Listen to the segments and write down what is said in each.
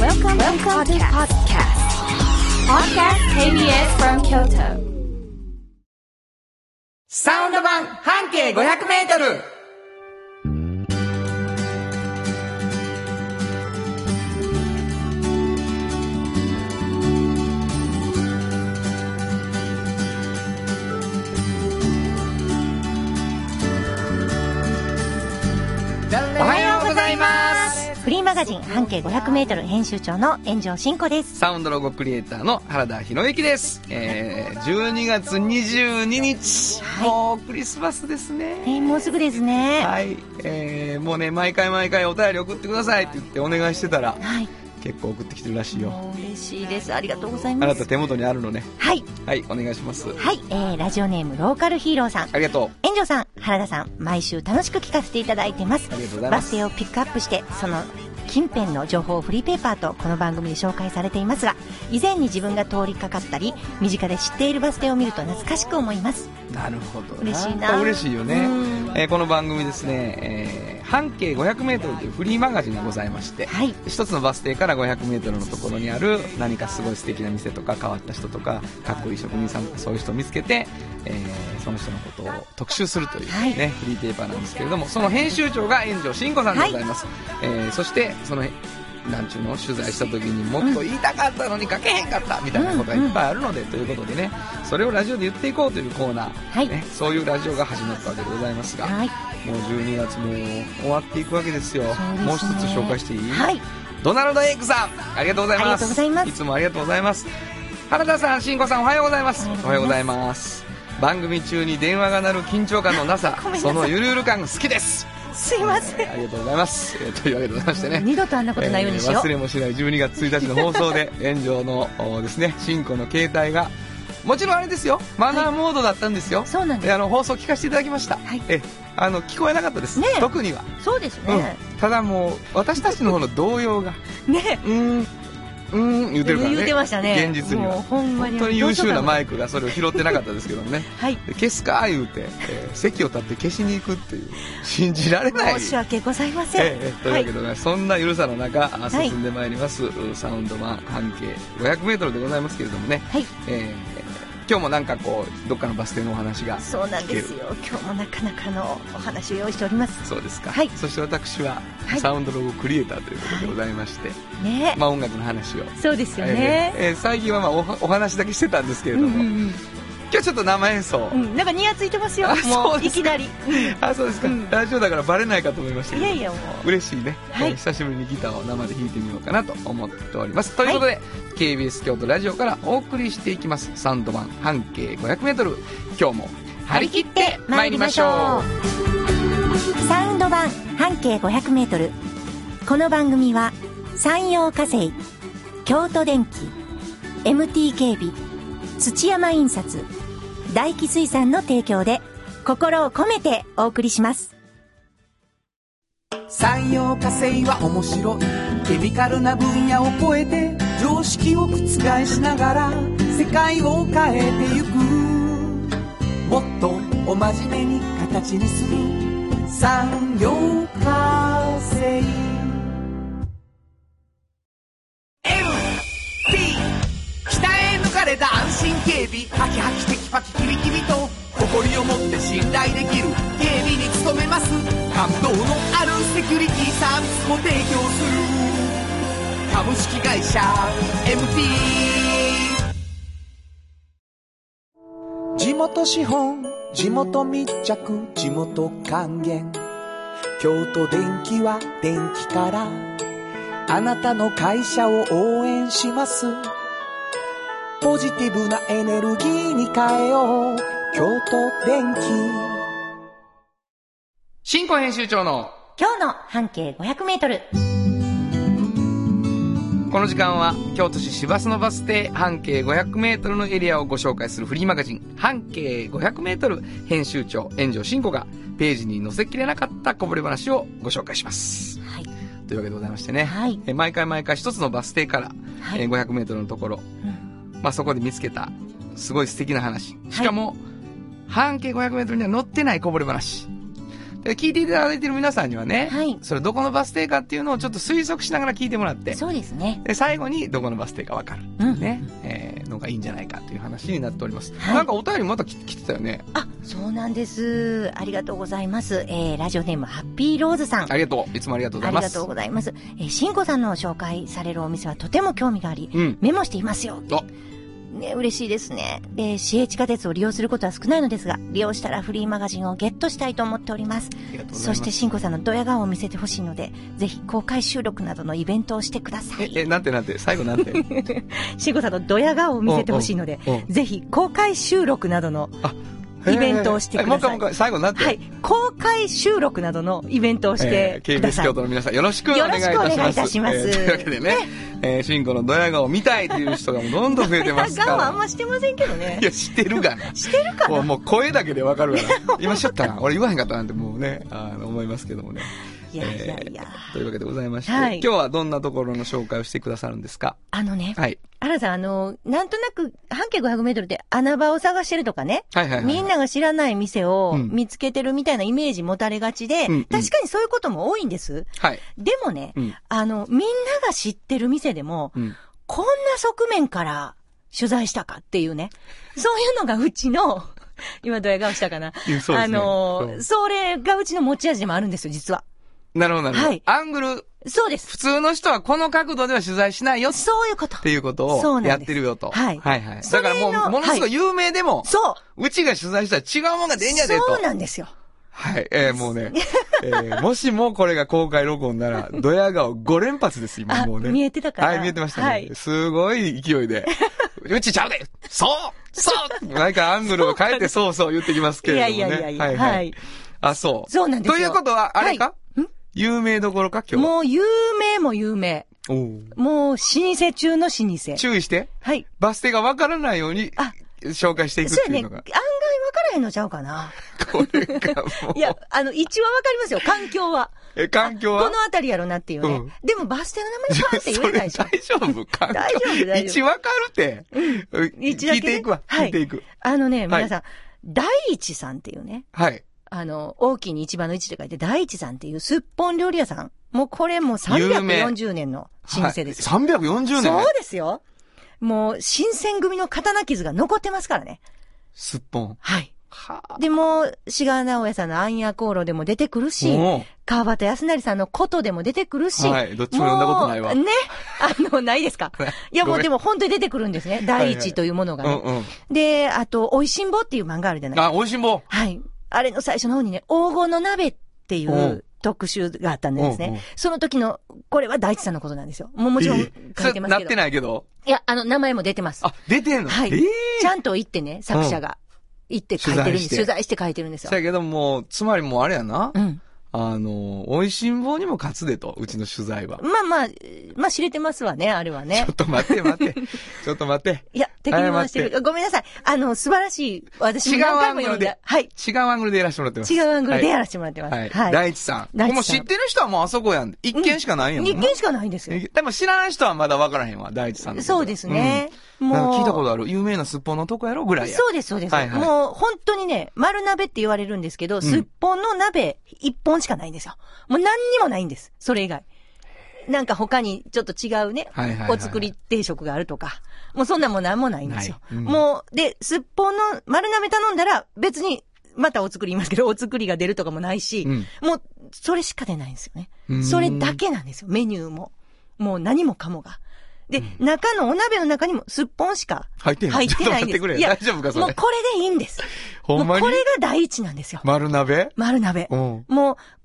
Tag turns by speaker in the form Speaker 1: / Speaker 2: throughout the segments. Speaker 1: Welcome, to the podcast. Podcast KBS from Kyoto.
Speaker 2: サウンド版半径500メートルおはようございます
Speaker 3: フリーマガジン半径 500m 編集長の炎上真子です
Speaker 2: サウンドロゴクリエイターの原田博之です。えー、12月22日、
Speaker 3: はい
Speaker 2: もうクリスマスですね。
Speaker 3: えーもうすぐですね は
Speaker 2: はい、えー、もうね毎回毎回お便り送ってくださいって言ってお願いしてたら
Speaker 3: い
Speaker 2: 結構送ってきてるらしいよ
Speaker 3: もう嬉しいですありがとうござい
Speaker 2: あ
Speaker 3: ま
Speaker 2: な
Speaker 3: す
Speaker 2: た手元にあるのね
Speaker 3: はい
Speaker 2: はいお願いします
Speaker 3: はい、えー、ラジオネームローカルヒーローさん
Speaker 2: ありがと
Speaker 3: 炎上さん原田さん毎週楽しく聞かせていただいています
Speaker 2: ありがとうございま
Speaker 3: バ
Speaker 2: す
Speaker 3: ス停をピックアップしてその近辺の情報をフリーペーパーとこの番組で紹介されていますが以前に自分が通りかかったり身近で知っているバス停を見ると懐かしく思います
Speaker 2: うなるほど
Speaker 3: 嬉しいな
Speaker 2: やっぱ嬉しいよね
Speaker 3: うん、
Speaker 2: えーこの番組ですね、えー半径 500m というフリーマガジンがございまして、
Speaker 3: はい
Speaker 2: 一つのバス停から 500m のところにある何かすごい素敵な店とか変わった人とかかっこいい職人さんとかそういう人を見つけて、えーその人のことを特集するという、ね
Speaker 3: はい
Speaker 2: フリーペーパーなんですけれどもその編集長が炎上真子さんでございます、えーそしてそのなんちゅうの取材した時にもっと言いたかったのに書けへんかったみたいなことがいっぱいあるので、ということでねそれをラジオで言っていこうというコーナー、
Speaker 3: はい
Speaker 2: ね、そういうラジオが始まったわけでございますが、
Speaker 3: はい
Speaker 2: もう12月も終わっていくわけですよ
Speaker 3: そうですね
Speaker 2: もう一つ紹介していい、
Speaker 3: はい
Speaker 2: ドナルド・エイクさんありがとうございま
Speaker 3: ありがと
Speaker 2: す
Speaker 3: うございます
Speaker 2: つもありがとうございます原田さん慎吾さんおはようございます
Speaker 3: おはようござい
Speaker 2: ます番組中に電話が鳴る緊張感のなさ
Speaker 3: ごめんなさい
Speaker 2: そのゆるゆる感が好きです
Speaker 3: すいません
Speaker 2: ありがとうございます、えーというわけでございましてね
Speaker 3: 二度とあんなことないようにしよう、
Speaker 2: えー忘れもしない12月1日の放送 で炎上のおですね新子の携帯がもちろんあれですよマナーモードだったんですよ、
Speaker 3: そうなんです
Speaker 2: であの放送聞かせていただきました、
Speaker 3: はい
Speaker 2: えあの聞こえなかったです、
Speaker 3: ねえ
Speaker 2: 特には、
Speaker 3: そうです
Speaker 2: うん
Speaker 3: ね、
Speaker 2: ただもう私たちの方の動 揺が
Speaker 3: ね
Speaker 2: うーんうーん言ってるからね
Speaker 3: 言ってましたね
Speaker 2: 現実に
Speaker 3: もう
Speaker 2: は
Speaker 3: ほんまに
Speaker 2: 本当に優秀なマ
Speaker 3: イ
Speaker 2: イクがそれを拾ってなかったですけどもね
Speaker 3: はい
Speaker 2: で消すか言うて、えー席を立って消しに行くっていう信じられない
Speaker 3: 申し訳ございません、
Speaker 2: ええええというわけでございます、そんな緩さの中あ
Speaker 3: はい
Speaker 2: 進んでまいります、うサウンド版半径 500m でございますけれどもね、
Speaker 3: はい、はい
Speaker 2: ええ今日もなんかこうどっかのバス停のお話が
Speaker 3: そうなんです
Speaker 2: 聞ける
Speaker 3: よ今日もなかなかのお話を用意しております
Speaker 2: そうですか、
Speaker 3: はい
Speaker 2: そして私は、
Speaker 3: はい
Speaker 2: サウンドロゴクリエイターということでございまして、
Speaker 3: ね、
Speaker 2: まあ、音楽の話を、
Speaker 3: そうですよ
Speaker 2: え
Speaker 3: ね、
Speaker 2: えええ最近はまあおはお話だけしてたんですけれ
Speaker 3: う
Speaker 2: ど
Speaker 3: ん
Speaker 2: も、
Speaker 3: うん
Speaker 2: 今日ちょっと生演奏、
Speaker 3: うんうんなんかニヤついてますよ
Speaker 2: あ
Speaker 3: も
Speaker 2: そう
Speaker 3: う
Speaker 2: で
Speaker 3: い
Speaker 2: す
Speaker 3: き
Speaker 2: か
Speaker 3: なり、うん
Speaker 2: あそうですか、
Speaker 3: うん
Speaker 2: ラジオだからバレないかと思いましたけ
Speaker 3: い
Speaker 2: ど
Speaker 3: やいやもう
Speaker 2: 嬉しいね、
Speaker 3: はい
Speaker 2: えー久しぶりにギターを生で弾いてみようかなと思っておりますということで、KBS 京都ラジオからお送りしていきますサウンド版半径 500m 今日も張り切って参りましょう
Speaker 3: サウンド版半径 500m この番組は山陽火星京都電機 MT 警備土山印刷大気水産の提供で心を込めてお送りします
Speaker 4: 産業化成は面白いケミカルな分野を超えて常識を覆しながら世界を変えてゆくもっとお真面目に形にする産業化成 MT 北へ抜かれた安心警備ハキハキテキパキキビキビと誇りを持って信頼できる警備に努めます感動のあるセキュリティサービスも提供する株式会社 MT 地元資本地元密着地元還元京都電気は電気からあなたの会社を応援しますポジティブなエネルギーに変えよう京都電気
Speaker 2: 新婚編集長の
Speaker 3: 今日の半径 500m
Speaker 2: この時間は京都市市スのバス停半径 500m のエリアをご紹介するフリーマガジン半径 500m 編集長炎上真子がページに載せきれなかったこぼれ話をご紹介します
Speaker 3: はい
Speaker 2: というわけでございましてね、
Speaker 3: はい
Speaker 2: えー毎回毎回一つのバス停から、
Speaker 3: はい
Speaker 2: えー 500m のところ、まあ、そこで見つけたすごい素敵な話しかも、半径 500m には載ってないこぼれ話で聞いていただいてる皆さんにはね、
Speaker 3: はい
Speaker 2: それどこのバス停かっていうのをちょっと推測しながら聞いてもらって、
Speaker 3: そうですね。
Speaker 2: で最後にどこのバス停かわかる、
Speaker 3: うん
Speaker 2: ねえーのがいいんじゃないかという話になっております、
Speaker 3: はい
Speaker 2: なんかお便りまたき来てたよね
Speaker 3: あ、そうなんです。ありがとうございます。えー、ラジオネームハッピーローズさん。
Speaker 2: ありがとういつもありがとうご
Speaker 3: あ
Speaker 2: ざい
Speaker 3: り
Speaker 2: ま
Speaker 3: が
Speaker 2: す
Speaker 3: とうございます。えー、しんこさんの紹介されるお店はとても興味があり、
Speaker 2: うん
Speaker 3: メモしていますよ。
Speaker 2: あ
Speaker 3: ね、嬉しいですね。で、市営地下鉄を利用することは少ないのですが、利用したらフリーマガジンをゲットしたいと思っております。
Speaker 2: ありがとうござい
Speaker 3: そ
Speaker 2: ま
Speaker 3: して、
Speaker 2: す
Speaker 3: しんこさんのドヤ顔を見せてほしいので、ぜひ公開収録などのイベントをしてくださ
Speaker 2: え
Speaker 3: い。
Speaker 2: えなんてなんて最後なんて
Speaker 3: しんこさんのドヤ顔を見せてほしいので、
Speaker 2: うんうん
Speaker 3: ぜひ公開収録などのイベントをしてください
Speaker 2: えもう一回もう一回最後なんて
Speaker 3: はい、公開収録などのイベントをし
Speaker 2: え
Speaker 3: て
Speaker 2: ー
Speaker 3: くだ
Speaker 2: KBS
Speaker 3: さい。
Speaker 2: 京都の皆さんよろしくお願いいたしま
Speaker 3: よ
Speaker 2: す
Speaker 3: ろしくお願いいたします
Speaker 2: えーというわけでねえー、シンコのドヤ顔見たいという人がもうどんどん増えてますか
Speaker 3: ドヤ顔はあん
Speaker 2: ら
Speaker 3: ましてませんけどね
Speaker 2: い。や知ってるがな
Speaker 3: してるか
Speaker 2: もう
Speaker 3: な
Speaker 2: もう声だけでわかるから今しちゃったな俺言わへんかったなんてもうねあの思いますけどもね
Speaker 3: いやいやいや。
Speaker 2: えーというわけでございまして、
Speaker 3: はい
Speaker 2: 今日はどんなところの紹介をしてくださるんですか
Speaker 3: あのね、
Speaker 2: はい。
Speaker 3: アラさん、あの、なんとなく、半径500メートルで穴場を探してるとかね、
Speaker 2: はいはいはい。
Speaker 3: みんなが知らない店を
Speaker 2: うん
Speaker 3: 見つけてるみたいなイメージ持たれがちで、
Speaker 2: うんうん
Speaker 3: 確かにそういうことも多いんです。
Speaker 2: はい。
Speaker 3: でもね、
Speaker 2: うん
Speaker 3: あの、みんなが知ってる店でも、
Speaker 2: うん。
Speaker 3: こんな側面から取材したかっていうね、そういうのがうちの、 今ドヤ顔したかな。
Speaker 2: いやそうで
Speaker 3: あ
Speaker 2: すね
Speaker 3: の
Speaker 2: そ、う
Speaker 3: それがうちの持ち味でもあるんですよ、実は。
Speaker 2: なるほど、なるほど。
Speaker 3: はい
Speaker 2: アングル、
Speaker 3: そうです。
Speaker 2: 普通の人はこの角度では取材しないよっ
Speaker 3: そういうこと。
Speaker 2: ていうこと
Speaker 3: そう
Speaker 2: を
Speaker 3: な
Speaker 2: や
Speaker 3: ん
Speaker 2: っ
Speaker 3: です
Speaker 2: てるよと。
Speaker 3: はい
Speaker 2: はいはい。
Speaker 3: そ
Speaker 2: だ
Speaker 3: れ
Speaker 2: か
Speaker 3: の
Speaker 2: らもう、ものすごい有名でも、
Speaker 3: そう
Speaker 2: うちが取材したら違うもんが出んやでと。
Speaker 3: そうなんですよ。
Speaker 2: はい。えー、もうね、えー、もしもこれが公開録音な ら、ドヤ顔5連発です、今
Speaker 3: あ
Speaker 2: もうね。
Speaker 3: 見えてたから
Speaker 2: はい、見えてましたね。
Speaker 3: はい
Speaker 2: すごい勢 いで。うちちゃうでそうそう毎回アングルを変えてそうそう言ってきますけれどもね。
Speaker 3: いやいやいやいや
Speaker 2: はい、はい、
Speaker 3: はい
Speaker 2: あ、そう。
Speaker 3: そうなんですよ
Speaker 2: ということは、あれか、有名どころか、今日は。
Speaker 3: もう有名も有名。
Speaker 2: おう
Speaker 3: もう老舗中の老舗。
Speaker 2: 注意して、
Speaker 3: はい。
Speaker 2: バス停がわからないように
Speaker 3: あ、
Speaker 2: 紹介していくっ
Speaker 3: そうや
Speaker 2: てい
Speaker 3: ね。
Speaker 2: う
Speaker 3: 案
Speaker 2: の
Speaker 3: 外
Speaker 2: が
Speaker 3: 分。からへんのちゃうか な。
Speaker 2: これがもう。
Speaker 3: いや、あの、一は分かりますよ。環境は。
Speaker 2: え、環境
Speaker 3: こ
Speaker 2: は
Speaker 3: の辺りやろなっていうね。
Speaker 2: うん
Speaker 3: でもバス停の名前パーって
Speaker 2: そ
Speaker 3: 言え
Speaker 2: れ
Speaker 3: ない
Speaker 2: 大
Speaker 3: でしょ。
Speaker 2: 丈夫環境
Speaker 3: 大丈夫大丈夫
Speaker 2: 一わかるって。
Speaker 3: 一だ
Speaker 2: 聞
Speaker 3: け
Speaker 2: い
Speaker 3: ね
Speaker 2: ていくわ。
Speaker 3: はい
Speaker 2: 聞いていく。
Speaker 3: あのね、
Speaker 2: はい
Speaker 3: 皆さん、第一さんっていうね。
Speaker 2: はい。
Speaker 3: あの、大きいに一番の一と書いて、第一さんっていうすっぽん料理屋さん。もうこれもう
Speaker 2: 有名
Speaker 3: 340年の老舗ですよ。
Speaker 2: はい
Speaker 3: そ
Speaker 2: 340年
Speaker 3: うですよ。もう、新選組の刀傷が残ってますからね。
Speaker 2: すっぽん。
Speaker 3: はい。
Speaker 2: はあ
Speaker 3: でも、志賀直哉さんの暗夜航路でも出てくるし、
Speaker 2: おう
Speaker 3: 川端康成さんのことでも出てくるし、
Speaker 2: はいどっちも読んだことないわ
Speaker 3: もうね、あの、ないです か
Speaker 2: ごめん。
Speaker 3: いや、もうでも本当に出てくるんですね。第一というものが
Speaker 2: う
Speaker 3: ね。
Speaker 2: んうん。
Speaker 3: で、あと、美味しんぼっていう漫画あるじゃない
Speaker 2: あ、美味しんぼ。
Speaker 3: はい。あれの最初の方にね、黄金の鍋ってい
Speaker 2: お
Speaker 3: う
Speaker 2: う
Speaker 3: 特集があったんです
Speaker 2: おうお
Speaker 3: ね
Speaker 2: う。
Speaker 3: その時の、これは大地さんのことなんですよ。もうもちろん書いてます
Speaker 2: なっ
Speaker 3: けど。
Speaker 2: てないけど。
Speaker 3: いや、あの、名前も出てます。
Speaker 2: あ、出てんの
Speaker 3: はい
Speaker 2: ええ。
Speaker 3: ちゃんと行ってね、作者が。行って書いてるんです。取
Speaker 2: 取
Speaker 3: 材して書いてるんです
Speaker 2: そ
Speaker 3: よ。
Speaker 2: やけどもう、つまりもうあれやな
Speaker 3: う。ん。
Speaker 2: あの、美味しんぼにも勝つでと、うちの取材は。
Speaker 3: まあまあ、まあ知れてますわね、あれは
Speaker 2: ち
Speaker 3: ね
Speaker 2: ょっ。と待って待って。ちょっと待って。
Speaker 3: いや、敵に回して
Speaker 2: 謝
Speaker 3: る。ごめんなさい。あの、素晴らしい。私も
Speaker 2: 違う
Speaker 3: 何
Speaker 2: ア
Speaker 3: 回
Speaker 2: ン
Speaker 3: も
Speaker 2: グ
Speaker 3: 読ん
Speaker 2: ル
Speaker 3: だ
Speaker 2: で。。
Speaker 3: はい。
Speaker 2: 違うアングルでやらせてもらってます。
Speaker 3: 違うアングルでや
Speaker 2: ら
Speaker 3: らせてもらってます。
Speaker 2: はい。
Speaker 3: はい。
Speaker 2: 大地さん。
Speaker 3: 大地さん
Speaker 2: もう知ってる人はもうあそこやん。一軒しかないやもんな。
Speaker 3: 日経しかないんですよ。
Speaker 2: でも知らない人はまだ分からへんわ、大地さんのこと。
Speaker 3: そうですね。
Speaker 2: うん。なん
Speaker 3: も
Speaker 2: か
Speaker 3: う。
Speaker 2: 聞いたことある。有名なすっぽんのとこやろぐらいや。
Speaker 3: そうです、そうです。
Speaker 2: はいはい
Speaker 3: もう本当にね、丸鍋って言われるんですけど、すっぽんの鍋一本しかないんですよ。もう何にもないんです。それ以外。なんか他にちょっと違うね、
Speaker 2: はいはいはい
Speaker 3: お作り定食があるとか、もうそんなもん何もないんですよ。
Speaker 2: ないうん
Speaker 3: もう、で、すっぽんの丸鍋頼んだら別に、またお作り言いますけど、お作りが出るとかもないし、
Speaker 2: うん
Speaker 3: もう、それしか出ないんですよね
Speaker 2: う。ん
Speaker 3: それだけなんですよ、メニューも。もう何もかもが。で、中のお鍋の中にもすっぽんしか
Speaker 2: 入ってへん
Speaker 3: 入ってないんです。
Speaker 2: ちょっと待ってくれ
Speaker 3: いや
Speaker 2: 大丈夫かそれ
Speaker 3: もうこれでいいんです。
Speaker 2: ほんまに
Speaker 3: もうこれが第一なんですよ。
Speaker 2: 丸鍋
Speaker 3: 丸鍋。
Speaker 2: う
Speaker 3: も
Speaker 2: ん。
Speaker 3: う、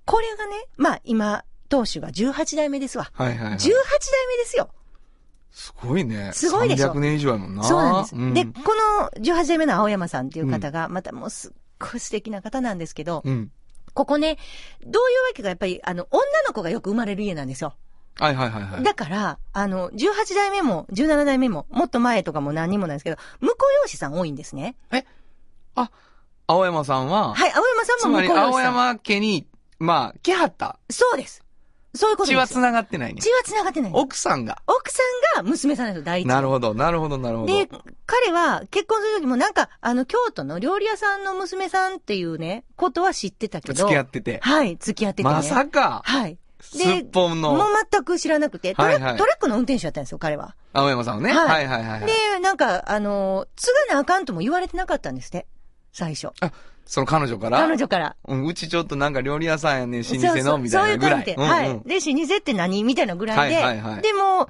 Speaker 3: これがね、まあ今、当主が18代目ですわ。
Speaker 2: はいはい、はい。
Speaker 3: 18代目ですよ。
Speaker 2: すごいね。
Speaker 3: すごいでしょ
Speaker 2: 300年以上やもんな。
Speaker 3: そうなんです。で、
Speaker 2: う
Speaker 3: この18代目の青山さんっていう方が、またもうすっごい素敵な方なんですけど、
Speaker 2: うん。
Speaker 3: ここね、どういうわけかやっぱり、あの、女の子がよく生まれる家なんですよ。
Speaker 2: はいはいはいはい。
Speaker 3: だから、あの、18代目も、17代目も、もっと前とかも何人もなんですけど、婿養子さん多いんですね。
Speaker 2: 青山さんは、
Speaker 3: はい、青山さ
Speaker 2: つ
Speaker 3: んも
Speaker 2: ま
Speaker 3: 婿養子
Speaker 2: り
Speaker 3: さん。
Speaker 2: 青山家に、まあ、来はった。
Speaker 3: そうです。そういうこと
Speaker 2: 血
Speaker 3: で
Speaker 2: は
Speaker 3: す。
Speaker 2: 繋がってないね
Speaker 3: 血。は繋がってない。
Speaker 2: 奥さんが。
Speaker 3: 奥さんが娘さんですよ、第一。
Speaker 2: なるほど、なるほど、なるほど。
Speaker 3: で、彼は結婚する時もなんか、あの、京都の料理屋さんの娘さんっていうね、ことは知ってたけど。
Speaker 2: 付き合ってて。
Speaker 3: はい、付き合ってて、ね。
Speaker 2: まさか、
Speaker 3: はい。
Speaker 2: すっぽん
Speaker 3: もう
Speaker 2: の
Speaker 3: 全く知らなくて、トラ,、
Speaker 2: はいはい
Speaker 3: トラックの運転手だったんですよ、彼は。
Speaker 2: 青山さんをね。
Speaker 3: はい
Speaker 2: はいはいはいはい。
Speaker 3: で、なんか、あの、継がなあかんとも言われてなかったんですって、最初。
Speaker 2: あ、その彼女から
Speaker 3: 彼女から。
Speaker 2: うんうちちょっとなんか料理屋さんやねん、老
Speaker 3: そう
Speaker 2: 舗
Speaker 3: そ
Speaker 2: の、
Speaker 3: う
Speaker 2: みたいなぐらい。
Speaker 3: そういう
Speaker 2: うん
Speaker 3: 観点。
Speaker 2: うん
Speaker 3: はい。で、老舗って何みたいなぐらいで。
Speaker 2: はいはいはい
Speaker 3: でも、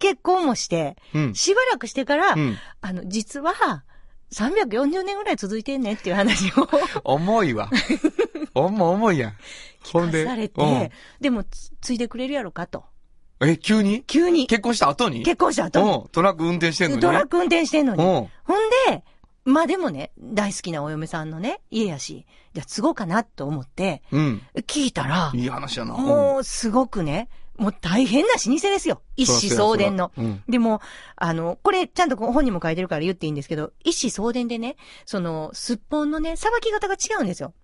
Speaker 3: 結婚もして、
Speaker 2: うん
Speaker 3: しばらくしてから、
Speaker 2: うん
Speaker 3: あの、実は、340年ぐらい続いてんねっていう話を
Speaker 2: 重いわ。おも重いやん。ほんで。
Speaker 3: されて、
Speaker 2: う
Speaker 3: でも、つついてくれるやろかと。
Speaker 2: んえ、急に
Speaker 3: 急に。
Speaker 2: 結婚した後に
Speaker 3: 結婚した後に。
Speaker 2: うんトラック運転してんのに。
Speaker 3: ドラッグ運転してんのに。
Speaker 2: うん
Speaker 3: ほんで、まあでもね、大好きなお嫁さんのね、家やし、じゃあ継ごうかなと思って、
Speaker 2: うん。
Speaker 3: 聞いたら、
Speaker 2: いい話やな。
Speaker 3: もうすごくね、もう大変な老舗ですよ。一子相伝の
Speaker 2: そ。らそら
Speaker 3: でも、あの、これちゃんとこう本にも書いてるから言っていいんですけど、一子相伝でね、その、すっぽんのね、さばき方が違うんですよ。
Speaker 2: うん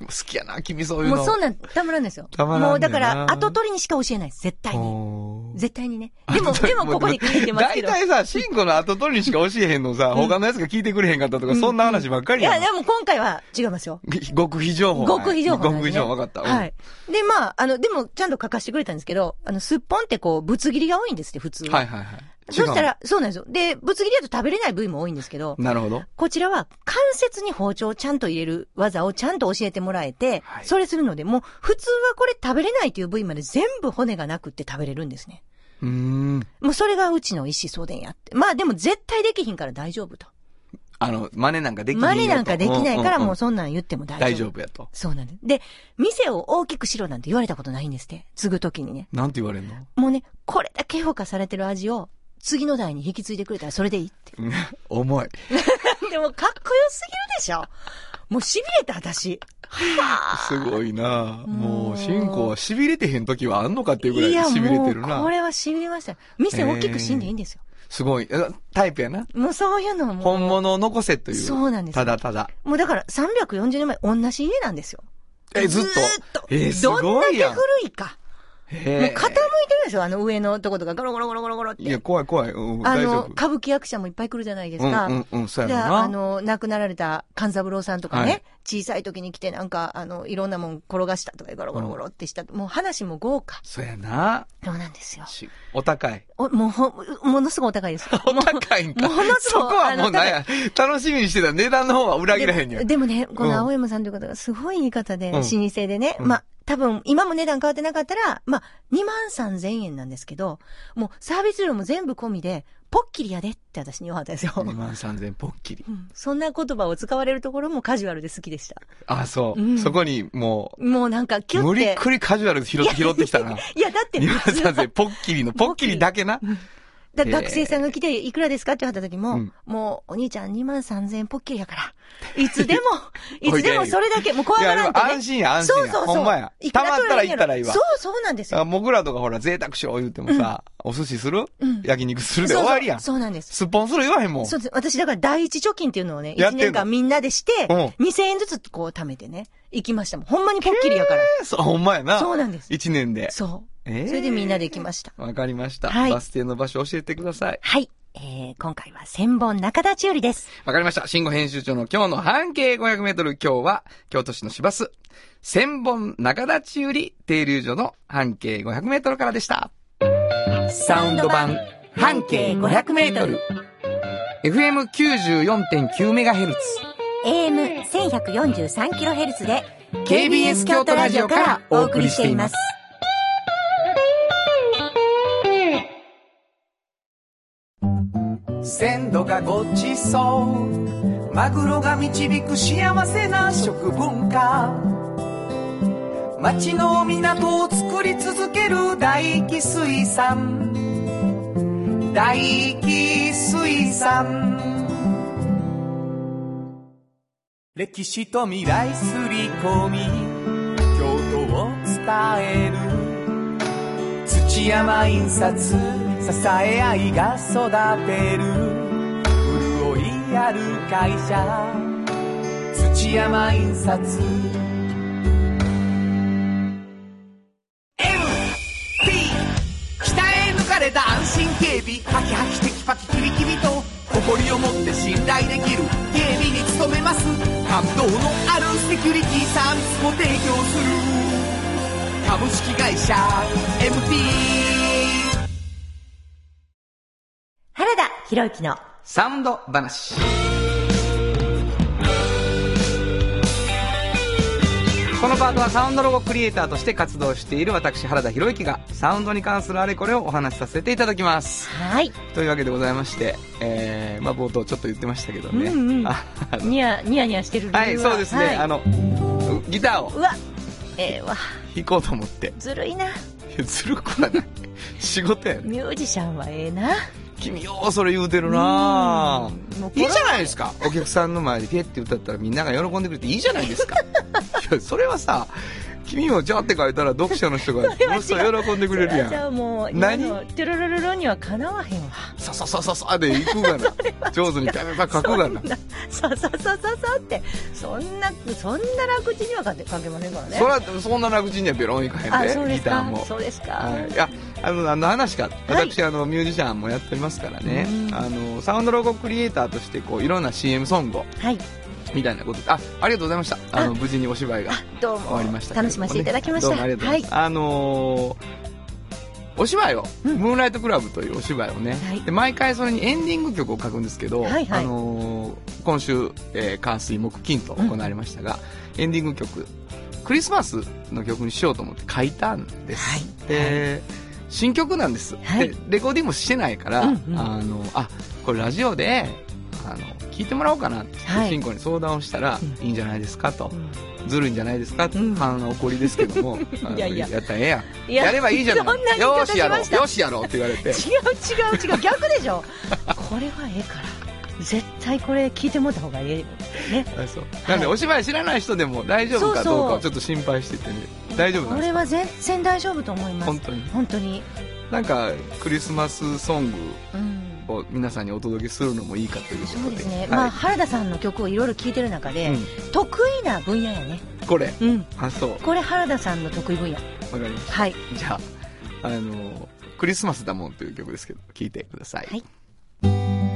Speaker 2: 好きやな、君そういうの。
Speaker 3: もうそんなんたまらんですよ。
Speaker 2: たまらんねんな
Speaker 3: もうだから、後取りにしか教えないです。絶対に。
Speaker 2: おー
Speaker 3: 絶対にね。でも、 でもここに書いてますけど。
Speaker 2: 大体さ、シンコの後取りにしか教えへんのさ、他のやつが聞いてくれへんかったとか、そんな話ばっか
Speaker 3: い
Speaker 2: りや
Speaker 3: や、
Speaker 2: ん
Speaker 3: で。も今回は違いますよ。
Speaker 2: ぎ極秘情報。
Speaker 3: 極秘情報、ね。
Speaker 2: 極秘情報分かった。うん
Speaker 3: はい。で、まあ、あの、でも、ちゃんと書かせてくれたんですけど、あの、すっぽんってこう、ぶつ切りが多いんですって、普通。
Speaker 2: はいはいはい。
Speaker 3: そした
Speaker 2: 違
Speaker 3: ら、そうなんですよ。で、ぶつ切りだと食べれない部位も多いんですけど
Speaker 2: う、の。なるほど。
Speaker 3: こちらは関節に包丁をちゃんと入れる技をちゃんと教えてもらえて、
Speaker 2: はい
Speaker 3: それするので、もう普通はこれ食べれないという部位まで全部骨がなくって食べれるんですね。
Speaker 2: うーん。
Speaker 3: もうそれがうちの意思相伝やって。まあでも絶対できひんから大丈夫と。
Speaker 2: あの、真似なんかできない。
Speaker 3: 真似なんかできないからもう
Speaker 2: うん
Speaker 3: そんなん言っても
Speaker 2: うん
Speaker 3: 大丈夫。
Speaker 2: 大丈夫やと。
Speaker 3: そうなんです。で、店を大きくしろなんて言われたことないんですって。継ぐときにね。
Speaker 2: なんて言われんの
Speaker 3: もうね、これだけ評価されてる味を、次の代に引き継いでくれたらそれでいいって。
Speaker 2: うん重い。
Speaker 3: でもかっこよすぎるでしょもう痺れた私。
Speaker 2: すごいなもう、進行は痺れてへん時はあんのかっていうぐらい
Speaker 3: や
Speaker 2: 痺れてる
Speaker 3: もう
Speaker 2: な
Speaker 3: こ。れは痺れました。店大きく死んでいいんですよ。
Speaker 2: すごい。えタイプやな。
Speaker 3: もうそういうのはも
Speaker 2: 本物を残せという。
Speaker 3: そうなんですよ
Speaker 2: ただただ。
Speaker 3: う、もうだから340年前同じ家なんですよ。
Speaker 2: え、ずっと。えー、す
Speaker 3: どん
Speaker 2: ご
Speaker 3: だ
Speaker 2: い
Speaker 3: け
Speaker 2: やん。
Speaker 3: 古いか。
Speaker 2: へ
Speaker 3: も
Speaker 2: ー
Speaker 3: う傾いてるでしょあの上のとことかゴロゴロゴロゴロゴロっ
Speaker 2: いや、
Speaker 3: て。
Speaker 2: 怖い怖い。うん、
Speaker 3: あ
Speaker 2: 大丈
Speaker 3: の、
Speaker 2: 夫。
Speaker 3: 歌舞伎役者もいっぱい来るじゃないです
Speaker 2: うん
Speaker 3: か。
Speaker 2: うんうん、そう
Speaker 3: じ
Speaker 2: やろ
Speaker 3: ゃ
Speaker 2: う
Speaker 3: あ、
Speaker 2: な。
Speaker 3: あの、亡くなられた勘三郎さんとかね、
Speaker 2: はい
Speaker 3: 小さい時に来てなんか、あの、いろんなもん転がしたとか、ゴロゴロゴロってした。もう話も豪華。
Speaker 2: そうやな。
Speaker 3: そうなんですよ。
Speaker 2: しお高い。
Speaker 3: おもうほ、ものすごいお高いで す。
Speaker 2: お高いんか。
Speaker 3: ものす
Speaker 2: そ
Speaker 3: ごい
Speaker 2: こはも
Speaker 3: あの
Speaker 2: うなんや。楽しみにしてた値段の方は裏切らへんや
Speaker 3: で
Speaker 2: ん。
Speaker 3: でもね、こ
Speaker 2: うん
Speaker 3: の青山さんという方がすごい言い方で、
Speaker 2: ん
Speaker 3: 老舗でね、
Speaker 2: うん
Speaker 3: まあ、多分、今も値段変わってなかったら、まあ、2万3000円なんですけど、もうサービス料も全部込みで、ポッキリやでって私に言われたんですよ。
Speaker 2: 2万3000ぽっきり
Speaker 3: う。んそんな言葉を使われるところもカジュアルで好きでした。
Speaker 2: あ、そうう。
Speaker 3: ん
Speaker 2: そこにも
Speaker 3: もうなんかキ
Speaker 2: う、
Speaker 3: ュッ
Speaker 2: 無理
Speaker 3: て
Speaker 2: っ。くりカジュアル拾拾ってきたな。
Speaker 3: いや、 だって、
Speaker 2: 2万
Speaker 3: 普通は
Speaker 2: 3000ぽっきりの、ぽっきりだけな。
Speaker 3: だ学生さんが来て、いくらですかって言われた時も、
Speaker 2: うん
Speaker 3: もう、お兄ちゃん2万3000円ポッキリや から、いつでも、い
Speaker 2: お
Speaker 3: つ
Speaker 2: いで
Speaker 3: でもそれだけ、もう怖がらんと、
Speaker 2: いやで
Speaker 3: ね。
Speaker 2: も安心や安心や
Speaker 3: そうそうそう。
Speaker 2: ほんまや
Speaker 3: いく
Speaker 2: たまったら行ったらいいわ
Speaker 3: そうそうなんですよ。
Speaker 2: あ僕らとかほら、贅沢しよう言うてもさ、お寿司する
Speaker 3: ん
Speaker 2: 焼肉す
Speaker 3: そ
Speaker 2: る
Speaker 3: う
Speaker 2: で
Speaker 3: そう
Speaker 2: 終わりやん。
Speaker 3: そうなんです。
Speaker 2: すっぽんする言わへんもん。
Speaker 3: そうです。私、だから第一貯金っていうのをね、
Speaker 2: やっ
Speaker 3: 1
Speaker 2: てんの
Speaker 3: 年間みんなでして、
Speaker 2: う
Speaker 3: 2000円ずつこう貯めてね、行きましたもん。ほんまにポッキリやから。
Speaker 2: そう、ほんまやな。
Speaker 3: そうなんです
Speaker 2: 一年で。
Speaker 3: そう。
Speaker 2: えー
Speaker 3: それでみんなで行きました。
Speaker 2: わかりました。
Speaker 3: はい
Speaker 2: バス停の場所教えてください。
Speaker 3: はい。えー、今回は千本中田千織です。
Speaker 2: わかりました。慎吾編集長の今日の半径500メートル。今日は、京都市の市バス、千本中立ち売り停留所の半径500メートルからでした。
Speaker 3: サウンド版半径500メートル。
Speaker 2: FM94.9 メガヘルツ。
Speaker 3: AM1143kHz で
Speaker 2: KBS 京都ラジオからお送りしています。
Speaker 4: 鮮度がごちそうマグロが導く幸せな食文化町の港を作り続ける大気水産大気水産歴史と未来すり込み京都を伝える土山印刷支え合いが育てる潤いある会社土山印刷 M 警備ハキハキテキパキキビキビと誇りを持って信頼できる警備に努めます感動のあるセキュリティサービスを提供する株式会社 MT
Speaker 3: 原田博之の
Speaker 2: サウンド話。このパートはサウンドロゴクリエイターとして活動している私原田博之がサウンドに関するあれこれをお話しさせていただきます。
Speaker 3: はい
Speaker 2: というわけでございまして、えー、まあ冒頭ちょっと言ってましたけどね。
Speaker 3: うんう ん
Speaker 2: ああの
Speaker 3: ニヤニヤニヤしてる理由は
Speaker 2: はい、そうですね。
Speaker 3: はい
Speaker 2: あの、ギターを
Speaker 3: うわええわ
Speaker 2: 弾こうと思って。
Speaker 3: ずるいない
Speaker 2: やずるくはない。仕事やね。
Speaker 3: ミュージシャンはええな
Speaker 2: 君ようそれ言うてるなぁ
Speaker 3: うんもうこ
Speaker 2: い
Speaker 3: れ
Speaker 2: いじゃないですかお客さんの前でピェって歌ったらみんなが喜んでくれていいじゃないですかいや それはさ君も「じゃ」って書いたら読者の人がものすご い喜んでくれるやん
Speaker 3: じゃあもう今
Speaker 2: 何
Speaker 3: のトゥルルルルにはかなわへんわ
Speaker 2: さささささで行くがな上手にダメば書く
Speaker 3: そ
Speaker 2: がなん
Speaker 3: なさささささってそんなそんな楽ちんにはかけかけませんからね
Speaker 2: そらそんな楽ちんにはベロンいか
Speaker 3: あ
Speaker 2: へ
Speaker 3: そ
Speaker 2: ん
Speaker 3: う
Speaker 2: で
Speaker 3: で
Speaker 2: ギ
Speaker 3: す
Speaker 2: ター
Speaker 3: か
Speaker 2: も
Speaker 3: そうですか、
Speaker 2: はい、いやあのあの話か私、あのミュージシャンもやってますからね
Speaker 3: うん
Speaker 2: あのサウンドロゴクリエイターとしてこういろんな CM ソングを
Speaker 3: はい
Speaker 2: みたいなことあありがとうございましたあの無事にお芝居が
Speaker 3: どうも
Speaker 2: 終わりましたけれどもね、
Speaker 3: 楽しませていただきました
Speaker 2: どうもありがとうございます、あのーお芝居を、
Speaker 3: うん
Speaker 2: ムーンライトクラブというお芝居をね、
Speaker 3: はい
Speaker 2: で毎回それにエンディング曲を書くんですけど、
Speaker 3: はいはい
Speaker 2: あのー今週、えー火水木金と行われましたが、エンディング曲クリスマスの曲にしようと思って書いたんです、
Speaker 3: はい
Speaker 2: で新曲なんです、
Speaker 3: はい
Speaker 2: でレコーディングもしてないから、
Speaker 3: うんうん
Speaker 2: あのあこれラジオであの聞いてもらおうかなって、
Speaker 3: はい
Speaker 2: シンコに相談をしたら、
Speaker 3: う
Speaker 2: いいんじゃないですかと、
Speaker 3: うん
Speaker 2: ずるいんじゃないですか、
Speaker 3: うん
Speaker 2: 半怒りですけ どもあの
Speaker 3: いやいや
Speaker 2: ったらええやん
Speaker 3: いや
Speaker 2: やればいいじゃない
Speaker 3: そんな言い方
Speaker 2: よーしやろ
Speaker 3: しました
Speaker 2: うよしやろうって言われ て
Speaker 3: 違う違う違う逆でしょこれはええから絶対これ聞いてもらった方がええ
Speaker 2: あそうなんでお芝居知らない人でも大丈夫かどうかをちょっと心配しててね大丈夫なん
Speaker 3: これ
Speaker 2: ですか
Speaker 3: は全然大丈夫と思います
Speaker 2: 本当に
Speaker 3: 本当に
Speaker 2: なんかクリスマスソング
Speaker 3: うん
Speaker 2: を皆さんにお届けするのもいいかということで
Speaker 3: そうですね、
Speaker 2: はい
Speaker 3: まあ原田さんの曲をいろいろ聴いてる中で、
Speaker 2: う
Speaker 3: 得意な分野やね
Speaker 2: ん、これ
Speaker 3: うん
Speaker 2: あそうわ
Speaker 3: これ原田さんの得意分野
Speaker 2: かりまし
Speaker 3: はい
Speaker 2: たじゃああのクリスマスだもんという曲ですけど聞いてください、
Speaker 3: はい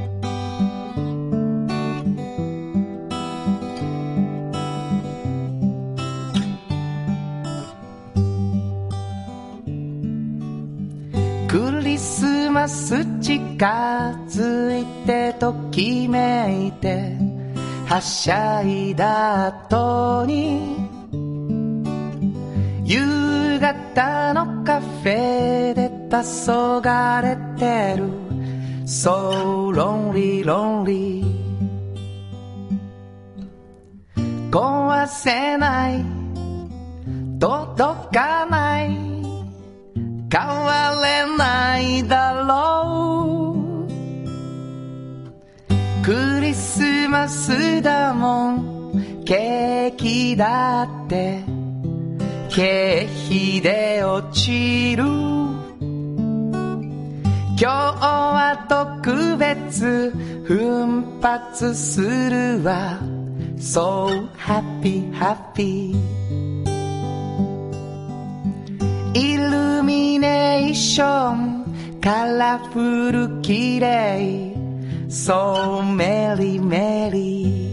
Speaker 4: クリスマス近づいてときめいてはしゃいだ後に夕方のカフェで黄昏れてる So lonely lonely 壊せない届かない変われないだろうクリスマスだもんケーキだって経費で落ちる今日は特別奮発するわ So happy happy イルミネーションカラフル綺麗 So merry merry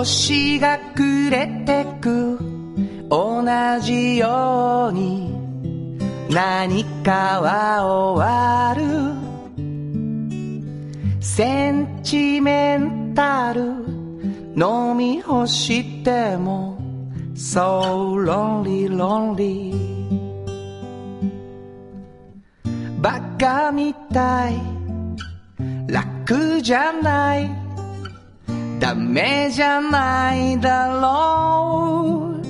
Speaker 4: 年が暮れてく同じように何かは終わるセンチメンタル飲み干しても So lonely lonely バカみたい楽じゃないダメじゃないだろう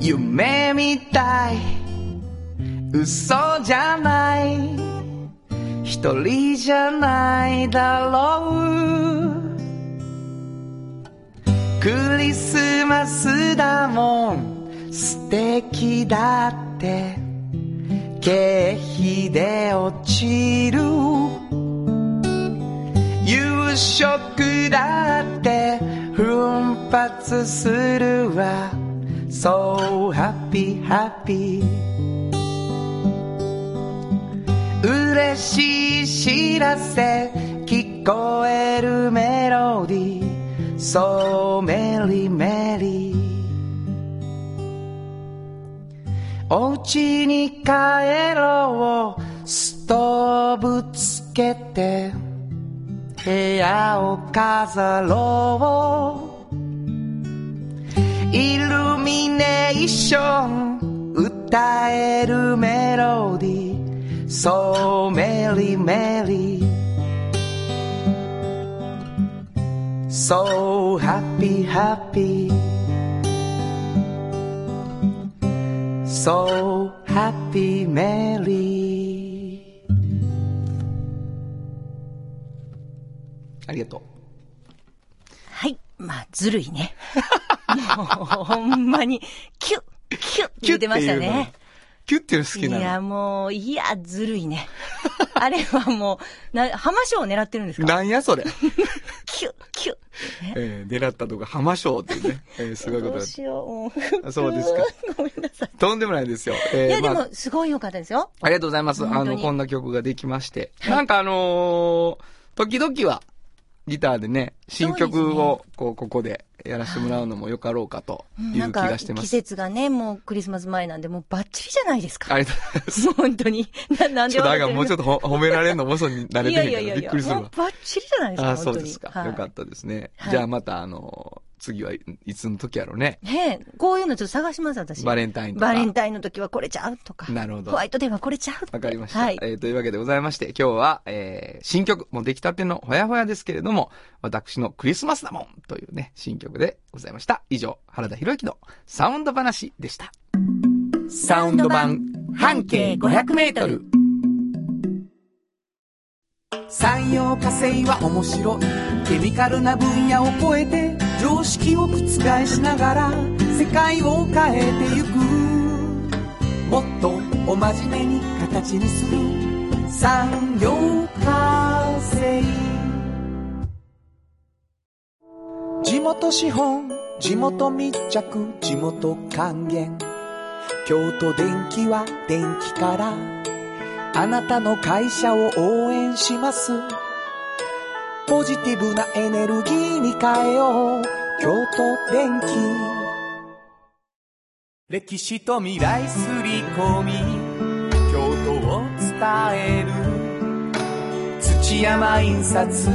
Speaker 4: 夢みたい嘘じゃない一人じゃないだろうクリスマスだもん素敵だってケ経費で落ちる夕食だって奮発するわ So happy happy 嬉しい知らせ聞こえるメロディー So merry merry お家に帰ろうストーブつけて部屋を飾ろうイルミネーション歌えるメロディー So merry merry So happy happy So happy merry ありがとう。
Speaker 3: はい。まあ、ずるいね。 もうほんまに、キュッ、キュッ、言ってましたね。。
Speaker 2: キュッていうの好
Speaker 3: い
Speaker 2: きな
Speaker 3: や、
Speaker 2: の。
Speaker 3: もう、いや、ずるいね。 あれはもう、な、浜賞を狙ってるんですか
Speaker 2: なんやそれ。
Speaker 3: キュッ、キュッ。
Speaker 2: えー、狙ったとか浜賞っていうね。え ー、すごいこ
Speaker 3: ど
Speaker 2: と
Speaker 3: う
Speaker 2: だ
Speaker 3: しよう。ん
Speaker 2: そうですか。
Speaker 3: ごめんなさい。
Speaker 2: とんでもないですよ。えー
Speaker 3: いや、で
Speaker 2: まあ
Speaker 3: も、すごい良かったですよ。
Speaker 2: ありがとうございます。あ
Speaker 3: 本当
Speaker 2: の、
Speaker 3: に
Speaker 2: こんな曲ができまして。なんかあのー時々は、ギターでね、新曲を、こう、ここでやらせてもらうのもよかろうかと
Speaker 3: うん
Speaker 2: い
Speaker 3: な
Speaker 2: うん気
Speaker 3: か、
Speaker 2: がしてま
Speaker 3: 季
Speaker 2: す。
Speaker 3: 節がね、もうクリスマス前なんで、もうバッチリじゃないですか。
Speaker 2: ありがとうございます。
Speaker 3: もう本当に。な、なん
Speaker 2: ち
Speaker 3: で
Speaker 2: ょっと、だからもうち
Speaker 3: っ
Speaker 2: ょっとほ褒められるのもそに慣れ
Speaker 3: い
Speaker 2: て
Speaker 3: や
Speaker 2: る
Speaker 3: いや
Speaker 2: か
Speaker 3: い
Speaker 2: ら
Speaker 3: や
Speaker 2: び
Speaker 3: い
Speaker 2: っ
Speaker 3: や、
Speaker 2: くりする
Speaker 3: も
Speaker 2: わ
Speaker 3: う。バッチリじゃないですか。
Speaker 2: ああ、そう
Speaker 3: 本当
Speaker 2: で
Speaker 3: に
Speaker 2: すか。
Speaker 3: はい
Speaker 2: よかったですね。
Speaker 3: はい
Speaker 2: じゃあまた、あのー次はいいつの時やろうね。
Speaker 3: ねえ、こういうのちょっと探します、私。
Speaker 2: バレンタインとか
Speaker 3: バレンタインの時はこれちゃうとか。
Speaker 2: なるほど
Speaker 3: ホワイトデーはこれちゃうって
Speaker 2: わかりました、
Speaker 3: はい
Speaker 2: え。ーというわけでございまして、今日は、えー新曲、もう出来たてのほやほやですけれども、私のクリスマスだもんというね、新曲でございました。以上、原田博之のサウンド話でした。
Speaker 3: サウンド版半径500メートル
Speaker 4: 産業化成は面白いケミカルな分野を超えて常識を覆しながら世界を変えてゆくもっとお真面目に形にする産業化成地元資本地元密着地元還元京都電気は電気からあなたの会社を応援します。ポジティブなエネルギーに変えよう。京都電気。歴史と未来すり込み、京都を伝える。土山印刷、支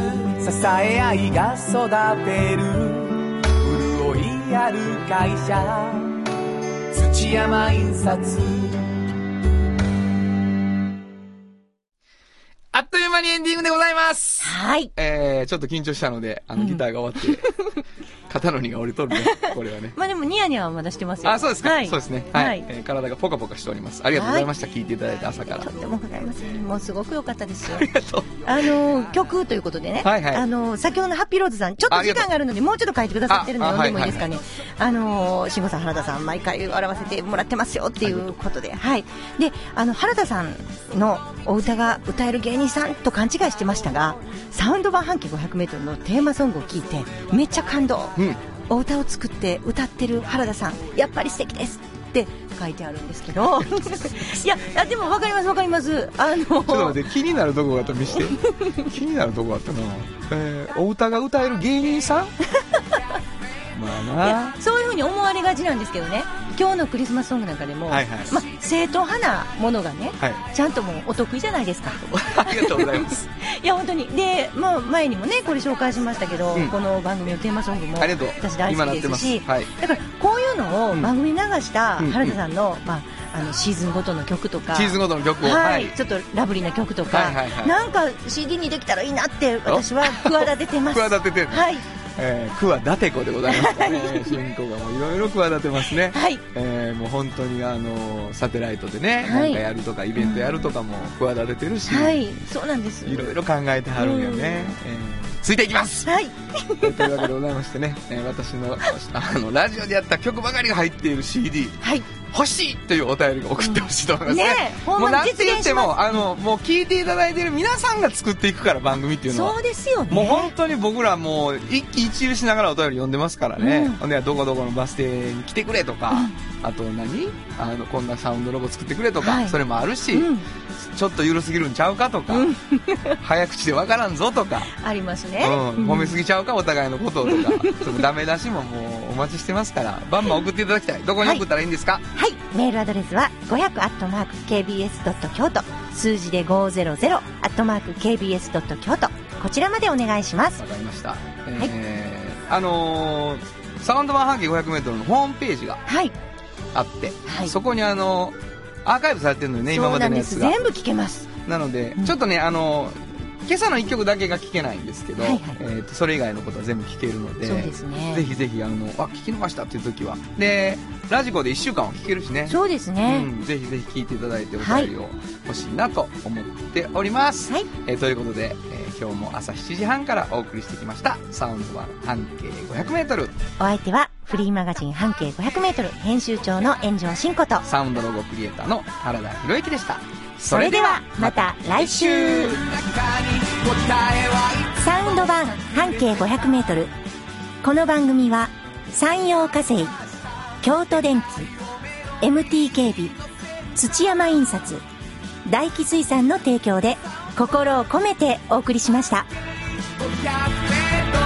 Speaker 4: え合いが育てる。潤いある会社、土山印刷。
Speaker 2: あっという間にエンディングでございます
Speaker 3: はい。
Speaker 2: えー、ちょっと緊張したので、あの、ギターが終わって、肩の荷が折れ とるね、これはね。
Speaker 3: まあでもニヤニヤはまだしてますよ。
Speaker 2: あ、そうですか、
Speaker 3: はい。
Speaker 2: そうですね。はい、
Speaker 3: はい
Speaker 2: えー体がポカポカしております。ありがとうございました。聞いていただいた朝から
Speaker 3: と。んでもございません。もうすごく良かったですよ。
Speaker 2: ありがとう
Speaker 3: あの、曲ということでね。
Speaker 2: はいはい
Speaker 3: あの、先ほどのハッピーローズさん、ちょっと時間があるので、もうちょっと書いてくださってるの
Speaker 2: ああは
Speaker 3: 読
Speaker 2: い
Speaker 3: んでもいいですかね。あの、慎吾さん、原田さん、毎回笑わせてもらってますよっていうことで。はい。で、あの、原田さんのお歌が歌える芸人さんと勘違いしてましたが、サウンド版半径500メートルのテーマソングを聞いて、めっちゃ感動。
Speaker 2: うん。
Speaker 3: お歌を作って歌ってる原田さんやっぱり素敵ですって書いてあるんですけ どいやあでも分かります分かりますあの
Speaker 2: ちょっと待って、気になるとこがあったら見して。気になるとこがあったな。えー、お歌が歌える芸 人さんまあ
Speaker 3: い
Speaker 2: な
Speaker 3: や。そういうふうに思われがちなんですけどね今日のクリスマスソングなんかでも、
Speaker 2: はいはい
Speaker 3: ま、正統派なものがね、
Speaker 2: はい。
Speaker 3: ちゃんともうお得意じゃないですか
Speaker 2: ありがとうございます。
Speaker 3: いや本当にで、まあ、前にもねこれ紹介しましたけど、
Speaker 2: うん
Speaker 3: この番組のテーマソングも
Speaker 2: ありがとう
Speaker 3: 私大好きですし
Speaker 2: 今なってま
Speaker 3: だからこういうのを
Speaker 2: うん
Speaker 3: 番組に流した
Speaker 2: うん
Speaker 3: 原田さんの,、まあ、あのシーズンごとの曲とか
Speaker 2: シーズンごとの曲 を。
Speaker 3: はい、ちょっとラブリーな曲とか、
Speaker 2: はいはいはい
Speaker 3: なんか CD にできたらいいなって私は企ててます。
Speaker 2: 企ててる
Speaker 3: はい、
Speaker 2: えー、桑て子でございますね。進行がもういろいろ企てますね。
Speaker 3: はい、
Speaker 2: えー、もう本当にあのーサテライトでね、
Speaker 3: はい
Speaker 2: なんかやるとかイベントやるとかも企ててるし、、
Speaker 3: はいい、そうなんです。
Speaker 2: ろいろ考えてはるんよね。えーついていきます
Speaker 3: はい、
Speaker 2: というわけでございましてね、えー私のあのラジオでやった曲ばかりが入っている CD、
Speaker 3: はい、
Speaker 2: 欲しいというお便りを送ってほしいと思いますね,、
Speaker 3: ねえほんま
Speaker 2: もう
Speaker 3: に
Speaker 2: なんて
Speaker 3: 実
Speaker 2: 言
Speaker 3: 現
Speaker 2: っ
Speaker 3: してます
Speaker 2: もあのもう聞いていただいてる皆さんが作っていくから番組っていうのは
Speaker 3: そうですよね
Speaker 2: もう本当に僕らもう一喜一憂しながらお便り読んでますからね、
Speaker 3: うん
Speaker 2: ほんでどこどこのバス停に来てくれとか、あと何あのこんなサウンドロゴ作ってくれとか、
Speaker 3: はい
Speaker 2: それもあるし、
Speaker 3: うん
Speaker 2: ちょっと緩すぎるんちゃうかとか、早口でわからんぞとか、
Speaker 3: あります
Speaker 2: う
Speaker 3: ね、
Speaker 2: ん、褒めすぎちゃうかお互いのことをと かそのダメ出しももうお待ちしてますからバンバン送っていただきたいどこに送ったらいいんですか、
Speaker 3: はい、メールアドレスは500アットマーク KBS ドット京都数字で500アットマーク KBS ドット京都こちらまでお願いします
Speaker 2: わ。かりました、えーあのーサウンド版半径 500m のホームページが
Speaker 3: はい、
Speaker 2: あって、
Speaker 3: はい
Speaker 2: そこにあのアーカイブされてるのよね今
Speaker 3: そ
Speaker 2: ま
Speaker 3: う
Speaker 2: で
Speaker 3: なん
Speaker 2: の
Speaker 3: で
Speaker 2: やつ
Speaker 3: す。
Speaker 2: がな
Speaker 3: 全部聞けます。
Speaker 2: ので、
Speaker 3: うん
Speaker 2: ちょっとねあの今朝の1曲だけが聴けないんですけど、
Speaker 3: はいはい
Speaker 2: えーとそれ以外のことは全部聴けるので
Speaker 3: そうですね
Speaker 2: ぜひぜひあのあ聞き逃したっていう時はでラジコで1週間は聴けるしね
Speaker 3: そうです
Speaker 2: う
Speaker 3: ね。
Speaker 2: ん、ぜひぜひ聞いていただいてお便りを欲しいなと思っております、
Speaker 3: はい
Speaker 2: えーということで、えー今日も朝7時半からお送りしてきましたサウンド版半径 500m
Speaker 3: お相手はフリーマガジン半径500メートル編集長の炎上真子と。
Speaker 2: サウンドロゴクリエイターの原田博之でした
Speaker 3: それではまた来週。サウンド版半径500メートル。この番組は山陽火星、京都電機、MT 警備、土山印刷、大気水産の提供で心を込めてお送りしました。
Speaker 2: 「キャフェド